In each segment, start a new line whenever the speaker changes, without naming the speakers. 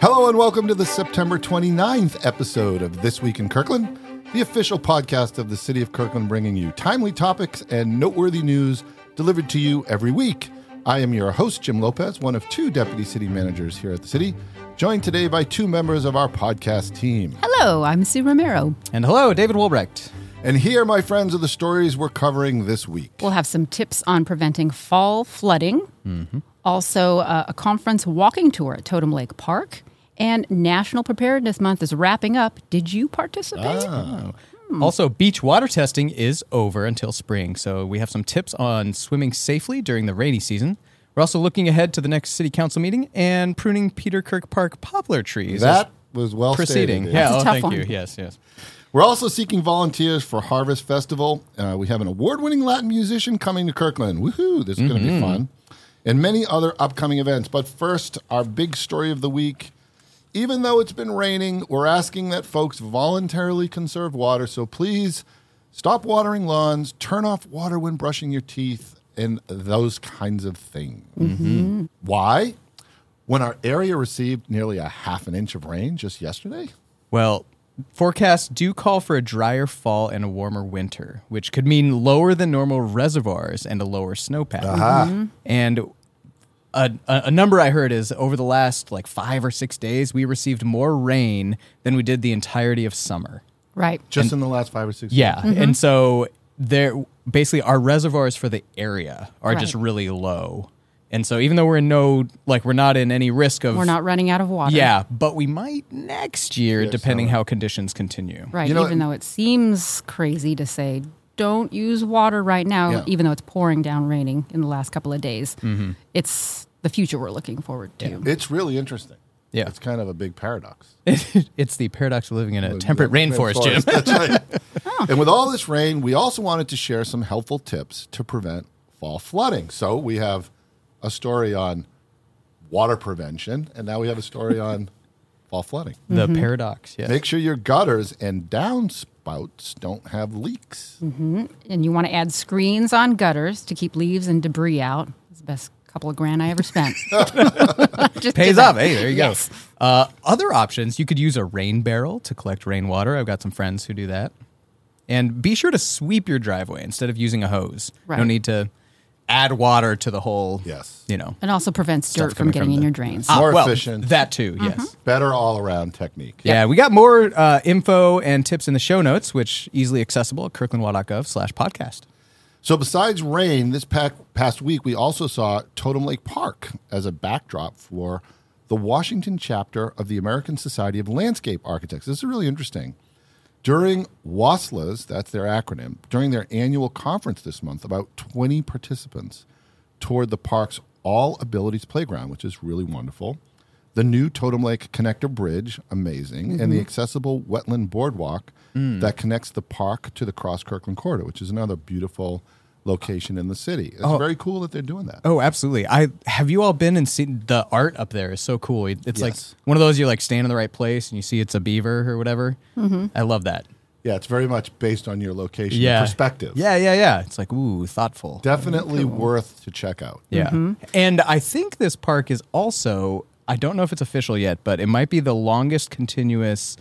Hello and welcome to the September 29th episode of This Week in Kirkland, the official podcast of the City of Kirkland, bringing you timely topics and noteworthy news delivered to you every week. I am your host, Jim Lopez, one of two deputy city managers here at the city, joined today by two members of our podcast team.
Hello, I'm Sue Romero.
And hello, David Wolbrecht.
And here, my friends, are the stories we're covering this week.
We'll have some tips on preventing fall flooding,
Mm-hmm.
also uh, a conference walking tour at Totem Lake Park, and National Preparedness Month is wrapping up. Did you participate?
Ah.
Hmm.
Also, beach water testing is over until spring, so we have some tips on swimming safely during the rainy season. We're also looking ahead to the next city council meeting and pruning Peter Kirk Park poplar trees.
That was well
proceeding.
stated.
Yeah,
That's a
oh,
tough
thank
one.
you. Yes, yes.
We're also seeking volunteers for Harvest Festival. Uh, we have an award winning Latin musician coming to Kirkland. Woohoo! This is going to be fun. And many other upcoming events. But first, our big story of the week. Even though it's been raining, we're asking that folks voluntarily conserve water. So please stop watering lawns, turn off water when brushing your teeth, and those kinds of things. Why? When our area received nearly a half an inch of rain just yesterday,
Well, forecasts do call for a drier fall and a warmer winter, which could mean lower than normal reservoirs and a lower snowpack. And a, a, a number I heard is over the last like five or six days, we received more rain than we did the entirety of summer.
Right.
just in the last five or six
Yeah,
Mm-hmm.
and so there basically our reservoirs for the area are just
Right.
really low, and so even though we're in no like we're not in any risk of
We're not running out of water.
yeah, but we might next year depending how conditions continue.
Right.
You know-
even though it seems crazy to say, don't use water right now,
Yeah. Mm-hmm.
even though it's pouring down raining in the last couple of days. It's the future we're looking forward to.
It's really interesting.
Yeah.
It's kind of a big paradox.
it's the paradox of living in a temperate rainforest, Jim. Oh.
That's right. And with all this rain, we also wanted to share some helpful tips to prevent fall flooding. So we have a story on water prevention, and now we have a story on fall flooding.
the paradox, yes.
Make sure your gutters and downspouts don't have leaks.
and you want to add screens on gutters to keep leaves and debris out. It's the best couple of grand I ever spent. Just
Pays
did that.
off. eh? Hey, there you
Yes.
go. Uh, other options, you could use a rain barrel to collect rainwater. I've got some friends who do that. And be sure to sweep your driveway instead of using a hose. No
Right.
need to add water to the whole.
Yes.
You know.
It also prevents
Stuff
dirt from
coming
getting
from
in
the-
your drains.
More
well,
efficient.
That too, yes.
Better all around technique.
Yeah, we got more uh, info and tips in the show notes, which easily accessible at kirklandwa.gov slash podcast.
So besides rain, this pa- past week we also saw Totem Lake Park as a backdrop for the Washington chapter of the American Society of Landscape Architects. This is really interesting. During WASLA's, that's their acronym, during their annual conference this month, about 20 participants toured the park's All Abilities Playground, which is really wonderful. The new Totem Lake Connector Bridge, amazing, and
Mm-hmm.
the accessible wetland boardwalk
Mm.
that connects the park to the Cross Kirkland Corridor, which is another beautiful location in the city. It's very cool that they're doing that.
Oh, absolutely. I have you all been and seen the art up there is so cool. It- It's
Yes.
like one of those you like stand in the right place and you see it's a beaver or whatever. I love that.
Yeah, it's very much based on your location
Yeah.
and perspective.
Yeah, yeah, yeah. It's like ooh, thoughtful.
Definitely worth to check out.
yeah. And I think this park is also I don't know if it's official yet, but it might be the longest continuous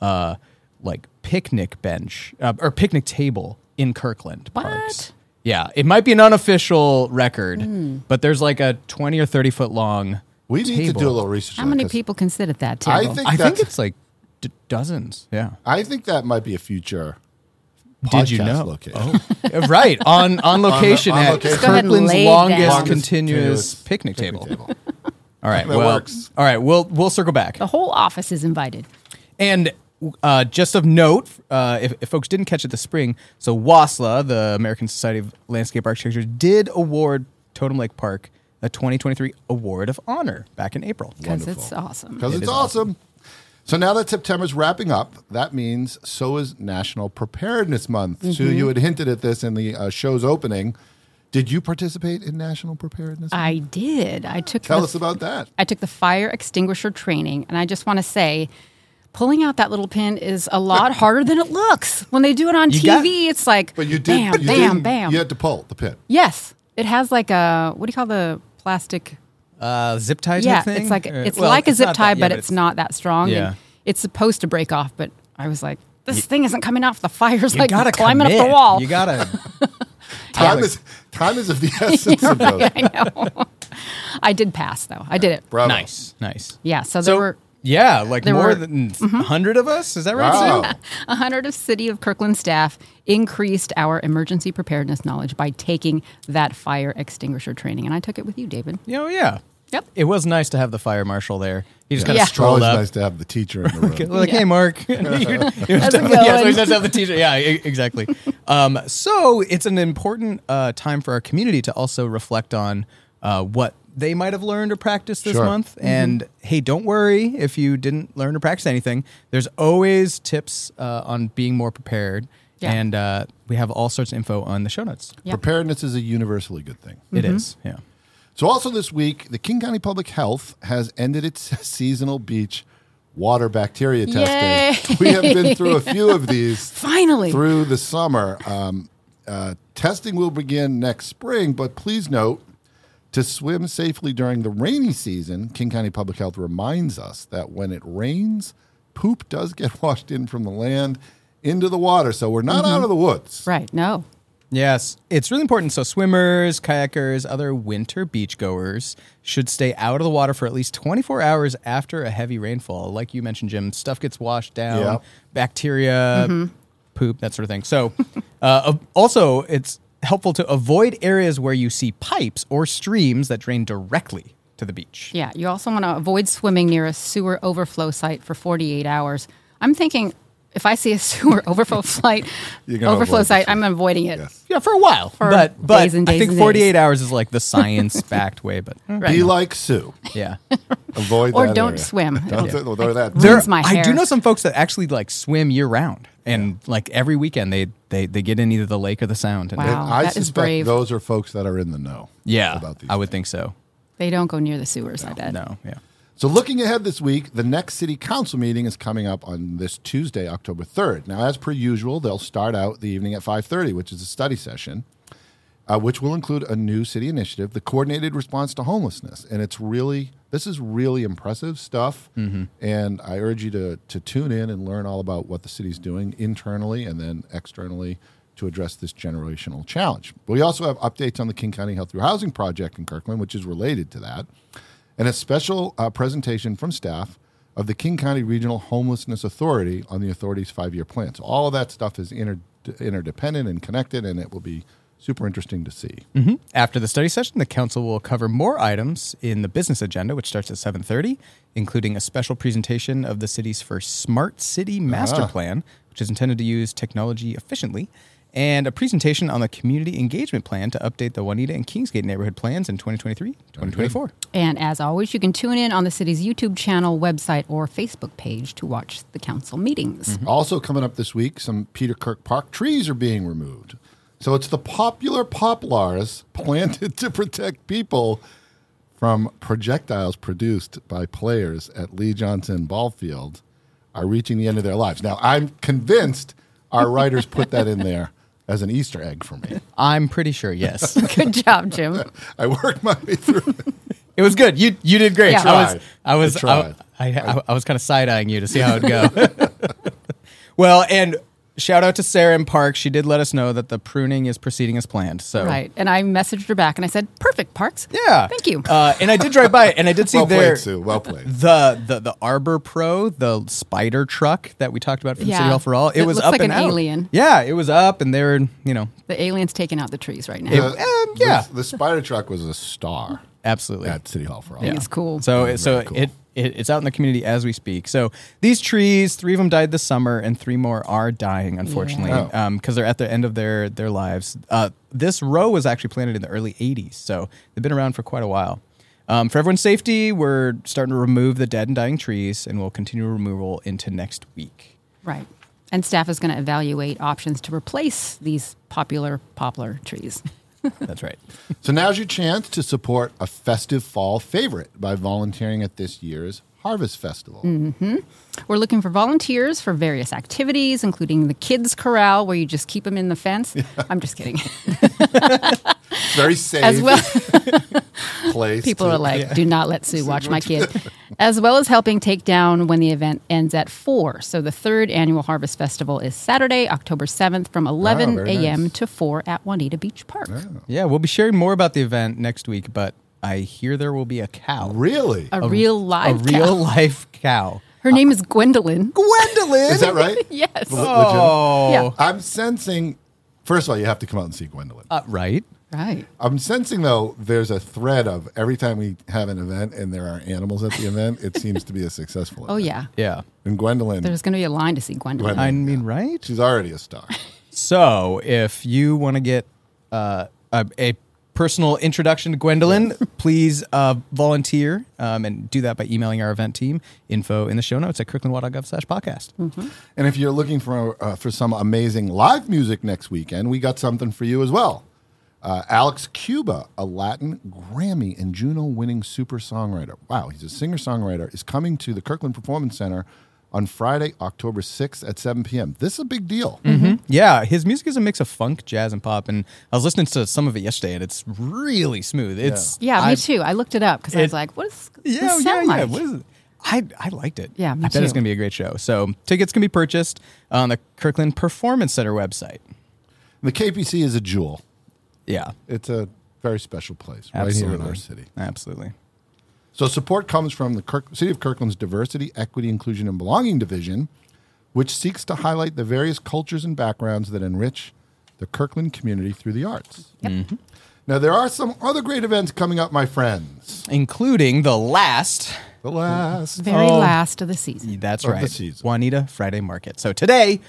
uh like picnic bench uh, or picnic table in Kirkland parks.
What?
Yeah, it might be an unofficial record, but there's like a 20 or 30 foot long
We need to
table.
do a little research
How
on that
many
'cause
people can sit at that
I
table?
think
I
that's
think it's like d- dozens. Yeah.
I think that might be a future.
Did you
podcast
know?
Location.
Oh, right on on location
on
at
location. Just
go ahead and
Kirkland's
lay
longest,
down. Longest
continuous picnic, table. All right,
That
well,
works.
all right, we'll we'll circle back.
the whole office is invited.
And uh, just of note, uh, if, if folks didn't catch it this spring, so WASLA, the American Society of Landscape Architecture, did award Totem Lake Park a 2023 Award of Honor back in April.
Because it's awesome.
Because it's awesome. So now that September's wrapping up, that means so is National Preparedness Month. Sue, you had hinted at this in the uh, show's opening. Did you participate in National Preparedness? Month?
I did. I took
Tell
the,
us about that.
I took the fire extinguisher training, and I just want to say, pulling out that little pin is a lot harder than it looks. When they do it on
You
TV,
got-
it's like
But you did.
bam,
you
bam,
did-
bam.
You had to pull the pin.
Yes, it has like a what do you call the plastic?
uh, zip tie type
yeah,
thing?
it's like
Or-
it's
well,
like a zip
not
tie,
that- yeah,
but, it's, not that strong.
Yeah.
And it's supposed to break off, but I was like, this thing isn't coming off. The fire's
You
like
gotta
climbing
commit.
up the wall.
You gotta.
Time
Alex.
is time is of the essence of those.
I know. I did pass though. I did it.
Bravo.
nice, nice.
Yeah. So there were
yeah, like
there were-
more
Mm-hmm.
than a hundred of us. Is that right? Sue?
Wow.
a hundred of City of Kirkland staff increased our emergency preparedness knowledge by taking that fire extinguisher training, and I took it with you, David.
Yeah, well, yeah.
Yep.
It was nice to have the fire marshal there. He just kind
Yeah.
of
It's always
strolled up.
nice to have the teacher in the room.
Like,
Yeah.
hey, Mark. You- you just-
it
yeah, so he
going?
says have the t-shirt. Yeah, e- exactly. um, so it's an important uh, time for our community to also reflect on uh, what they might have learned or practiced this
Sure.
month.
Mm-hmm.
And hey, don't worry if you didn't learn or practice anything. There's always tips uh, on being more prepared.
Yeah.
And uh, we have all sorts of info on the show notes.
Yeah.
Preparedness is a universally good thing.
It
Mm-hmm.
is. Yeah.
So, also this week, the King County Public Health has ended its seasonal beach water bacteria testing. We have been through a few of these
Finally.
through the summer. Um, uh, testing will begin next spring, but please note to swim safely during the rainy season. King County Public Health reminds us that when it rains, poop does get washed in from the land into the water. So, we're
Mm-hmm.
not out of the woods.
Right. No.
Yes, it's really important. So, swimmers, kayakers, other winter beachgoers should stay out of the water for at least 24 hours after a heavy rainfall. Like you mentioned, Jim, stuff gets washed down,
Yeah.
bacteria,
Mm-hmm.
poop, that sort of thing. So, uh, also, it's helpful to avoid areas where you see pipes or streams that drain directly to the beach.
Yeah. You also want to avoid swimming near a sewer overflow site for 48 hours. I'm thinking if I see a sewer overflow site,
You're gonna
overflow
avoid the
site,
sewer.
I'm avoiding it.
Yes.
Yeah, for a while, but but
days and
I
days
think
and days.
48 hours is like the science fact way, but
Be like Sue.
yeah.
Avoid
Or
that
don't
area.
swim.
Don't
Yeah.
swim. Or that.
There- Ruins my
I do
hair.
know some folks that actually like swim year round, and like every weekend they they they get in either the lake or the sound. And
Wow.
they-
And I
that is
suspect
brave.
those are folks that are in the know.
yeah,
about these.
I would think so.
They don't go near the sewers, I bet.
No, yeah,
So, looking ahead this week, the next city council meeting is coming up on this Tuesday, October third. Now, as per usual, they'll start out the evening at five thirty, which is a study session, uh, which will include a new city initiative, the coordinated response to homelessness, and it's really this is really impressive stuff. And I urge you to to tune in and learn all about what the city's doing internally and then externally to address this generational challenge. But we also have updates on the King County Health Through Housing project in Kirkland, which is related to that and a special uh, presentation from staff of the King County Regional Homelessness Authority on the authority's five year plan. So, all of that stuff is inter- interdependent and connected, and it will be super interesting to see.
After the study session, the council will cover more items in the business agenda, which starts at 7:30, including a special presentation of the city's first smart
Uh-huh.
city master plan, which is intended to use technology efficiently, and a presentation on the community engagement plan to update the Juanita and Kingsgate neighborhood plans in 2023, 2024.
And as always, you can tune in on the city's YouTube channel, website, or Facebook page to watch the council meetings.
Also, coming up this week, some Peter Kirk Park trees are being removed. So, it's the popular poplars planted to protect people from projectiles produced by players at Lee Johnson Ball Field are reaching the end of their lives. Now, I'm convinced our writers put that in there as an Easter egg for me.
I'm pretty sure, yes.
Good job, Jim.
I worked my way through.
It was good. You you did great.
Yeah.
I was I was
I
I,
tried.
I, I- I was kind of side eyeing you to see how it would go. well, and shout out to Sarah in Park. She did let us know that the pruning is proceeding as planned. So
Right. And I messaged her back and I said, perfect, Parks.
Oh. yeah,
Thank you.
Uh, and I did drive by it, and I did see
well
there
played, Sue. Well played.
the the the Arbor Pro, the spider truck that we talked about from
Yeah.
City Hall for All. It,
It
was
looks
up
like
and
an
out.
alien.
Yeah, it was up, and they were you know
the alien's taking out the trees right now.
The-
um, yeah.
The, the spider truck was a star
absolutely
at City Hall for all.
I think it's cool.
So
Very,
so
very cool.
it, it it's out in the community as we speak. So these trees, three of them died this summer, and three more are dying unfortunately
Yeah.
because they're at the end of their their lives. Uh, this row was actually planted in the early '80s, so they've been around for quite a while. Um, for everyone's safety, we're starting to remove the dead and dying trees, and we'll continue removal into next week.
right. And staff is going to evaluate options to replace these popular poplar trees.
That's right.
So now's your chance to support a festive fall favorite by volunteering at this year's Harvest Festival.
Mm. We're looking for volunteers for various activities, including the kids' corral, where you just keep them in the fence. I'm just kidding.
It's very safe
As well,
place.
people
to-
are like, do not let Sue watch my kid. As well as helping take down when the event ends at 4. So the third annual Harvest Festival is Saturday, October 7th
Oh,
from 11
very
a.m.
nice.
to 4 at Juanita Beach Park.
Yeah, we'll be sharing more about the event next week, but I hear there will be a cow.
really.
A, real live
a real
cow.
life cow.
Her name is Gwendolyn.
Gwendolyn.
Is that right?
Yes.
Le-
Oh.
Yeah.
legitimate? I'm sensing. First of all, you have to come out and see Gwendolyn.
Uh, right.
Right.
I'm sensing though there's a thread of every time we have an event and there are animals at the event, it seems to be a successful.
Oh,
event.
yeah.
Yeah.
And Gwendolyn,
There's going to be a line to see Gwendolyn.
Gwendolyn.
I mean, right?
she's already a star.
So, if you want to get uh, a, a personal introduction to Gwendolyn, please uh, volunteer um, and do that by emailing our event team. Info in the show notes at kirklandwa.gov slash podcast.
and if you're looking for uh, for some amazing live music next weekend, we got something for you as well. Uh, Alex Cuba, a Latin Grammy and Juno winning super songwriter. Wow, he's a singer songwriter. Is coming to the Kirkland Performance Center on Friday, October 6th at 7 p.m. This is a big deal.
Mm. Mm-hmm. Yeah, his music is a mix of funk, jazz, and pop. And I was listening to some of it yesterday, and it's really smooth. It's
Yeah, me
I-
too. I looked it up because I was
It-
like, what does
Yeah,
this
yeah,
sound
yeah.
like?
What is it? I, I liked it.
Yeah, me
I bet it's
too.
going to be a great show. So tickets can be purchased on the Kirkland Performance Center website.
The KPC is a jewel.
Yeah,
It's a very special place right here in our city.
absolutely.
So support comes from the Kirk, City of Kirkland's Diversity, Equity, Inclusion, and Belonging Division, which seeks to highlight the various cultures and backgrounds that enrich the Kirkland community through the arts.
Mm-hmm.
Now, there are some other great events coming up, my friends.
Including the last
The last.
Very
Oh.
last of the season.
That's
Of the
right.
season.
Juanita Friday Market. So today,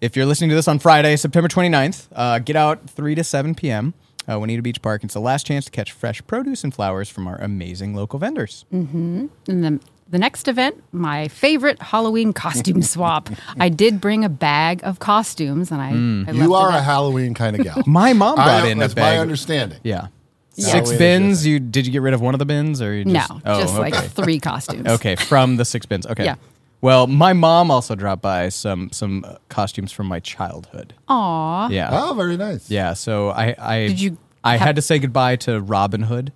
if you're listening to this on Friday, September 29th, uh, get out 3 to 7 p.m. Uh, Juanita Beach Park. It's the last chance to catch fresh produce and flowers from our amazing local vendors.
Mm. And then the next event, my favorite Halloween costume swap. I did bring a bag of costumes and I,
Mm.
I left
You
it
are a
at-
Halloween kind of gal.
My mom
I-
brought in a
that's my
bag.
understanding.
Yeah.
Yeah.
Six
Halloween is
bins. You did you get rid of one of the bins or you
No,
just, oh,
just
okay.
like three costumes.
okay from the six bins. Okay.
Yeah.
Well, my mom also dropped by some some uh, costumes from my childhood.
Aw.
Yeah.
Oh, very nice.
Yeah, so I I
Did you
I
have-
had to say goodbye to Robin Hood.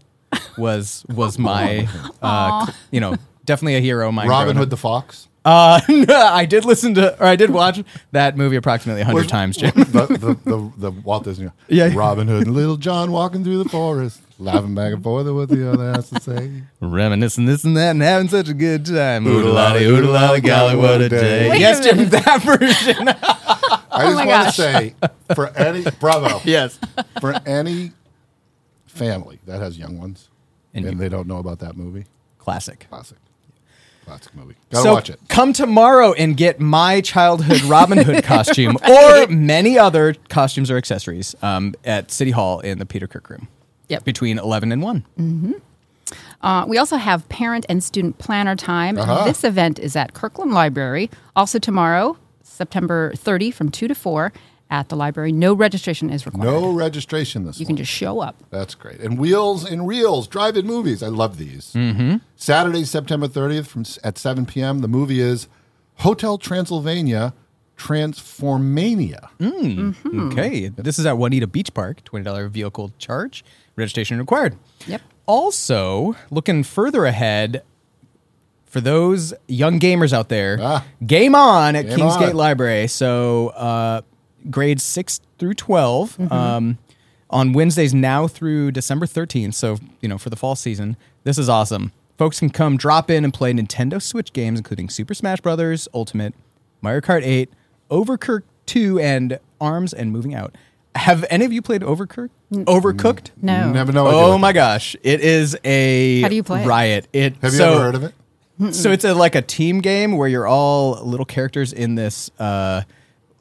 Was was my uh, cl- you know definitely a hero of mine.
Robin
growing
Hood
up.
the Fox.
Uh, I did listen to or I did watch that movie approximately hundred
Was-
times, Jim.
The, the, the, the Walt Disney.
Yeah.
Robin Hood and Little John walking through the forest, laughing back and forth at what the other has to say.
Reminiscing this and that and having such a good time.
Oodalotty, oodalotty, golly, what a day.
Wait a
yes, Jim, that version. Oh
I
my
just want to
gosh.
say for any bravo
yes.
for any family that has young ones
And
and,
you-
they don't know about that movie,
Classic.
classic, classic movie. Gotta
so
watch it.
come tomorrow and get my childhood Robin Hood costume or many other costumes or accessories um, at City Hall in the Peter Kirk room.
Yep.
Between 11 and 1.
Uh, we also have parent and student planner time.
Uh-huh.
This event is at Kirkland Library. Also tomorrow, September 30 from 2 to 4 at the library. No registration is required.
No registration this
You
one.
can just show up.
That's great. And Wheels and Reels, drive-in movies. I love these. Mm-hmm. Saturday, September 30th from s- at 7 p.m. The movie is Hotel Transylvania Transformania.
Okay. This is at Juanita Beach Park, $20 vehicle charge, registration required.
Yep.
Also, looking further ahead, for those young gamers out there,
Ah.
game on at
Game
Kingsgate
on.
Library. So, uh, grades 6 through 12
Mm-hmm.
um, on Wednesdays now through December 13th. So, you know, for the fall season, this is awesome. Folks can come drop in and play Nintendo Switch games, including Super Smash Bros. Ultimate, Mario Kart 8, Overcooked 2, and Arms and Moving Out. Have any of you played Overcooked? Overcooked?
No.
Never know.
Oh my gosh! It is a
How do you play it?
riot. It
Have you
so,
ever heard of it?
So it's a, like a team game where you're all little characters in this uh,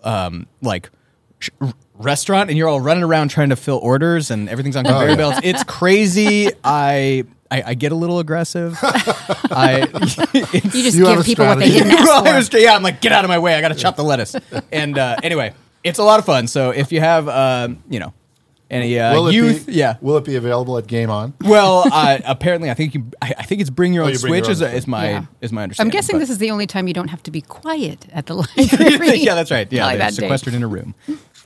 um, like sh- r- restaurant, and you're all running around trying to fill orders, and everything's on conveyor
Oh, yeah.
belts. It's crazy. I, I I get a little aggressive. I it's,
You just
You have
give
a
people what they
strategy.
didn't ask
well,
for.
I was, yeah, I'm like, get out of my way. I got to chop the lettuce. And uh, anyway, it's a lot of fun. So if you have um, you know any uh,
Will it
youth,
be,
yeah.
Will it be available at Game On?
Well, uh, apparently, I think you, I, I think it's bring your
Oh,
own
you bring your
switch
own
is, a,
switch.
is my
Yeah.
is my
I'm
understanding.
guessing
but-
this is the only time you don't have to be quiet at the library.
yeah, that's right. Yeah,
Probably
they're
that day.
sequestered in a room.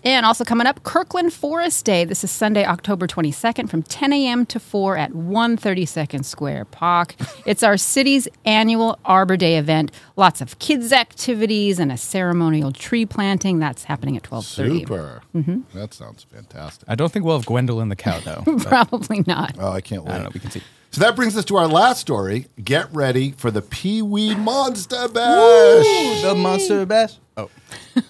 And also coming up, Kirkland Forest Day. This is Sunday, October 22nd from 10 a.m. to 4 at 132nd Square Park. It's our city's annual Arbor Day event. Lots of kids' activities and a ceremonial tree planting. That's happening at 1230.
Super. That sounds fantastic.
Mm-hmm. I don't think we'll have Gwendolyn the cow though. but
Probably not.
Oh, I can't wait.
I don't know. We can see.
So that brings us to our last story. Get ready for the Pee Wee Monster Bash.
The monster bash. Oh,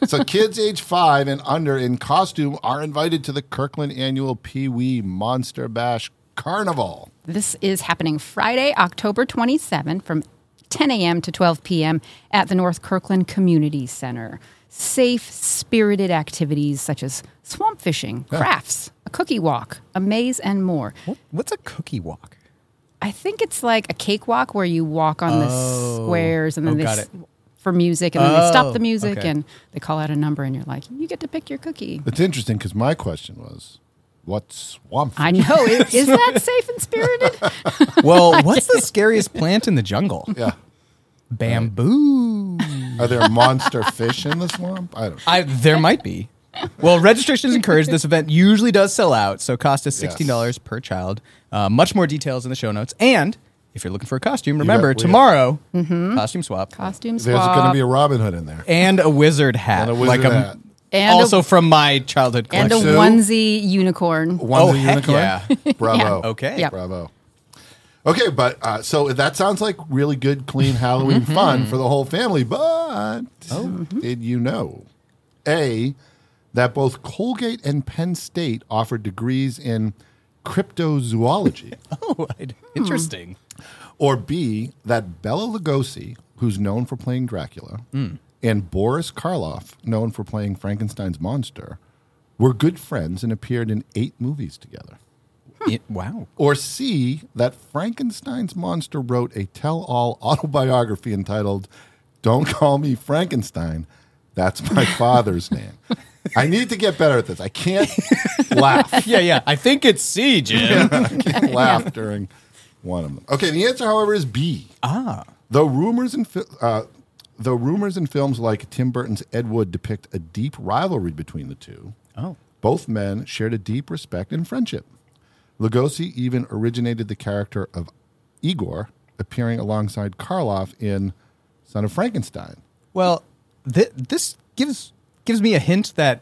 so kids age five and under in costume are invited to the Kirkland annual Pee Wee Monster Bash Carnival.
This is happening Friday, October 27th from 10 a.m. to 12 p.m. at the North Kirkland Community Center. Safe, spirited activities such as swamp fishing, crafts, a cookie walk, a maze, and more.
what, what's a cookie walk?
I think it's like a cakewalk where you walk on the squares and then
Oh,
they
got
s-
it.
for music and then they
Oh,
stop the music
okay.
and they call out a number and you're like, you get to pick your cookie.
It's interesting because my question was, what swamp?
I know. Is, is that safe and spirited?
Well, what's the scariest plant in the jungle?
yeah.
Bamboo.
Are there monster fish in the swamp? I don't know.
I, there might be. Well, registration is encouraged. This event usually does sell out, so cost is sixteen dollars per child. Uh, much more details in the show notes. And if you're looking for a costume, remember
we-
tomorrow costume swap
Mm-hmm. Costume
There's going to
swap.
be a Robin Hood in there.
and a wizard hat, um,
And a wizard hat.
And a-
also from my childhood
and a
collection.
Two.
onesie unicorn.
One's
Oh,
a
heck
unicorn?
yeah.
Bravo.
Yeah.
Okay.
Yep.
Bravo. Okay, but uh, so that sounds like really good, clean Halloween
Mm-hmm.
fun for the whole family. But
Oh,
did you know, a that both Colgate and Penn State offer degrees in cryptozoology,
Oh, I-
Hmm.
interesting.
or b that Bella Lugosi, who's known for playing Dracula,
Mm.
and Boris Karloff, known for playing Frankenstein's monster, were good friends and appeared in eight movies together.
Hmm.
It- wow.
Or C, that Frankenstein's monster wrote a tell all autobiography entitled Don't Call Me Frankenstein. That's my father's name. I need to get better at this. I can't laugh.
Yeah, yeah. I think it's C, Jim.
I can't laugh during one of them. Okay, the answer, however, is B. Ah. Though rumors and fi- uh, though rumors and films like Tim Burton's Ed Wood depict a deep rivalry between the two,
oh.
both men shared a deep respect and friendship. Lugosi even originated the character of Igor, appearing alongside Karloff in Son of Frankenstein.
Well, th- this gives gives me a hint that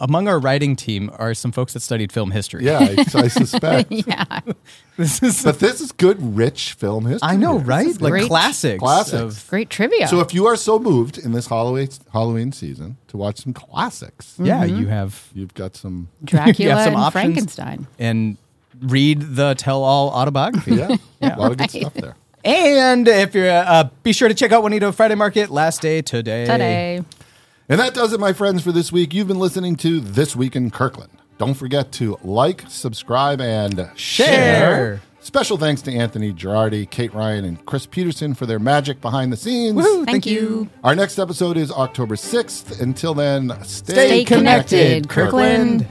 among our writing team are some folks that studied film history.
Yeah, I, I suspect.
Yeah.
This is
But this is good, rich film history.
I know,
here.
right? Like
great.
classics.
Classics.
of-
Great trivia.
So if you are so moved in this Halloween Halloween season to watch some classics,
yeah, you have
you've got some.
Mm-hmm. Dracula
you have some
and
options
Frankenstein.
and read the tell-all autobiography.
Yeah, a lot of good stuff there.
And if you're, uh, be sure to check out Juanito Friday Market last day today.
Today.
And that does it, my friends, for this week. You've been listening to This Week in Kirkland. Don't forget to like, subscribe, and
Share.
Special thanks to Anthony Girardi, Kate Ryan, and Chris Peterson for their magic behind the scenes.
Woohoo,
Thank you.
Our next episode is October 6th. Until then, stay,
Stay connected, Kirkland.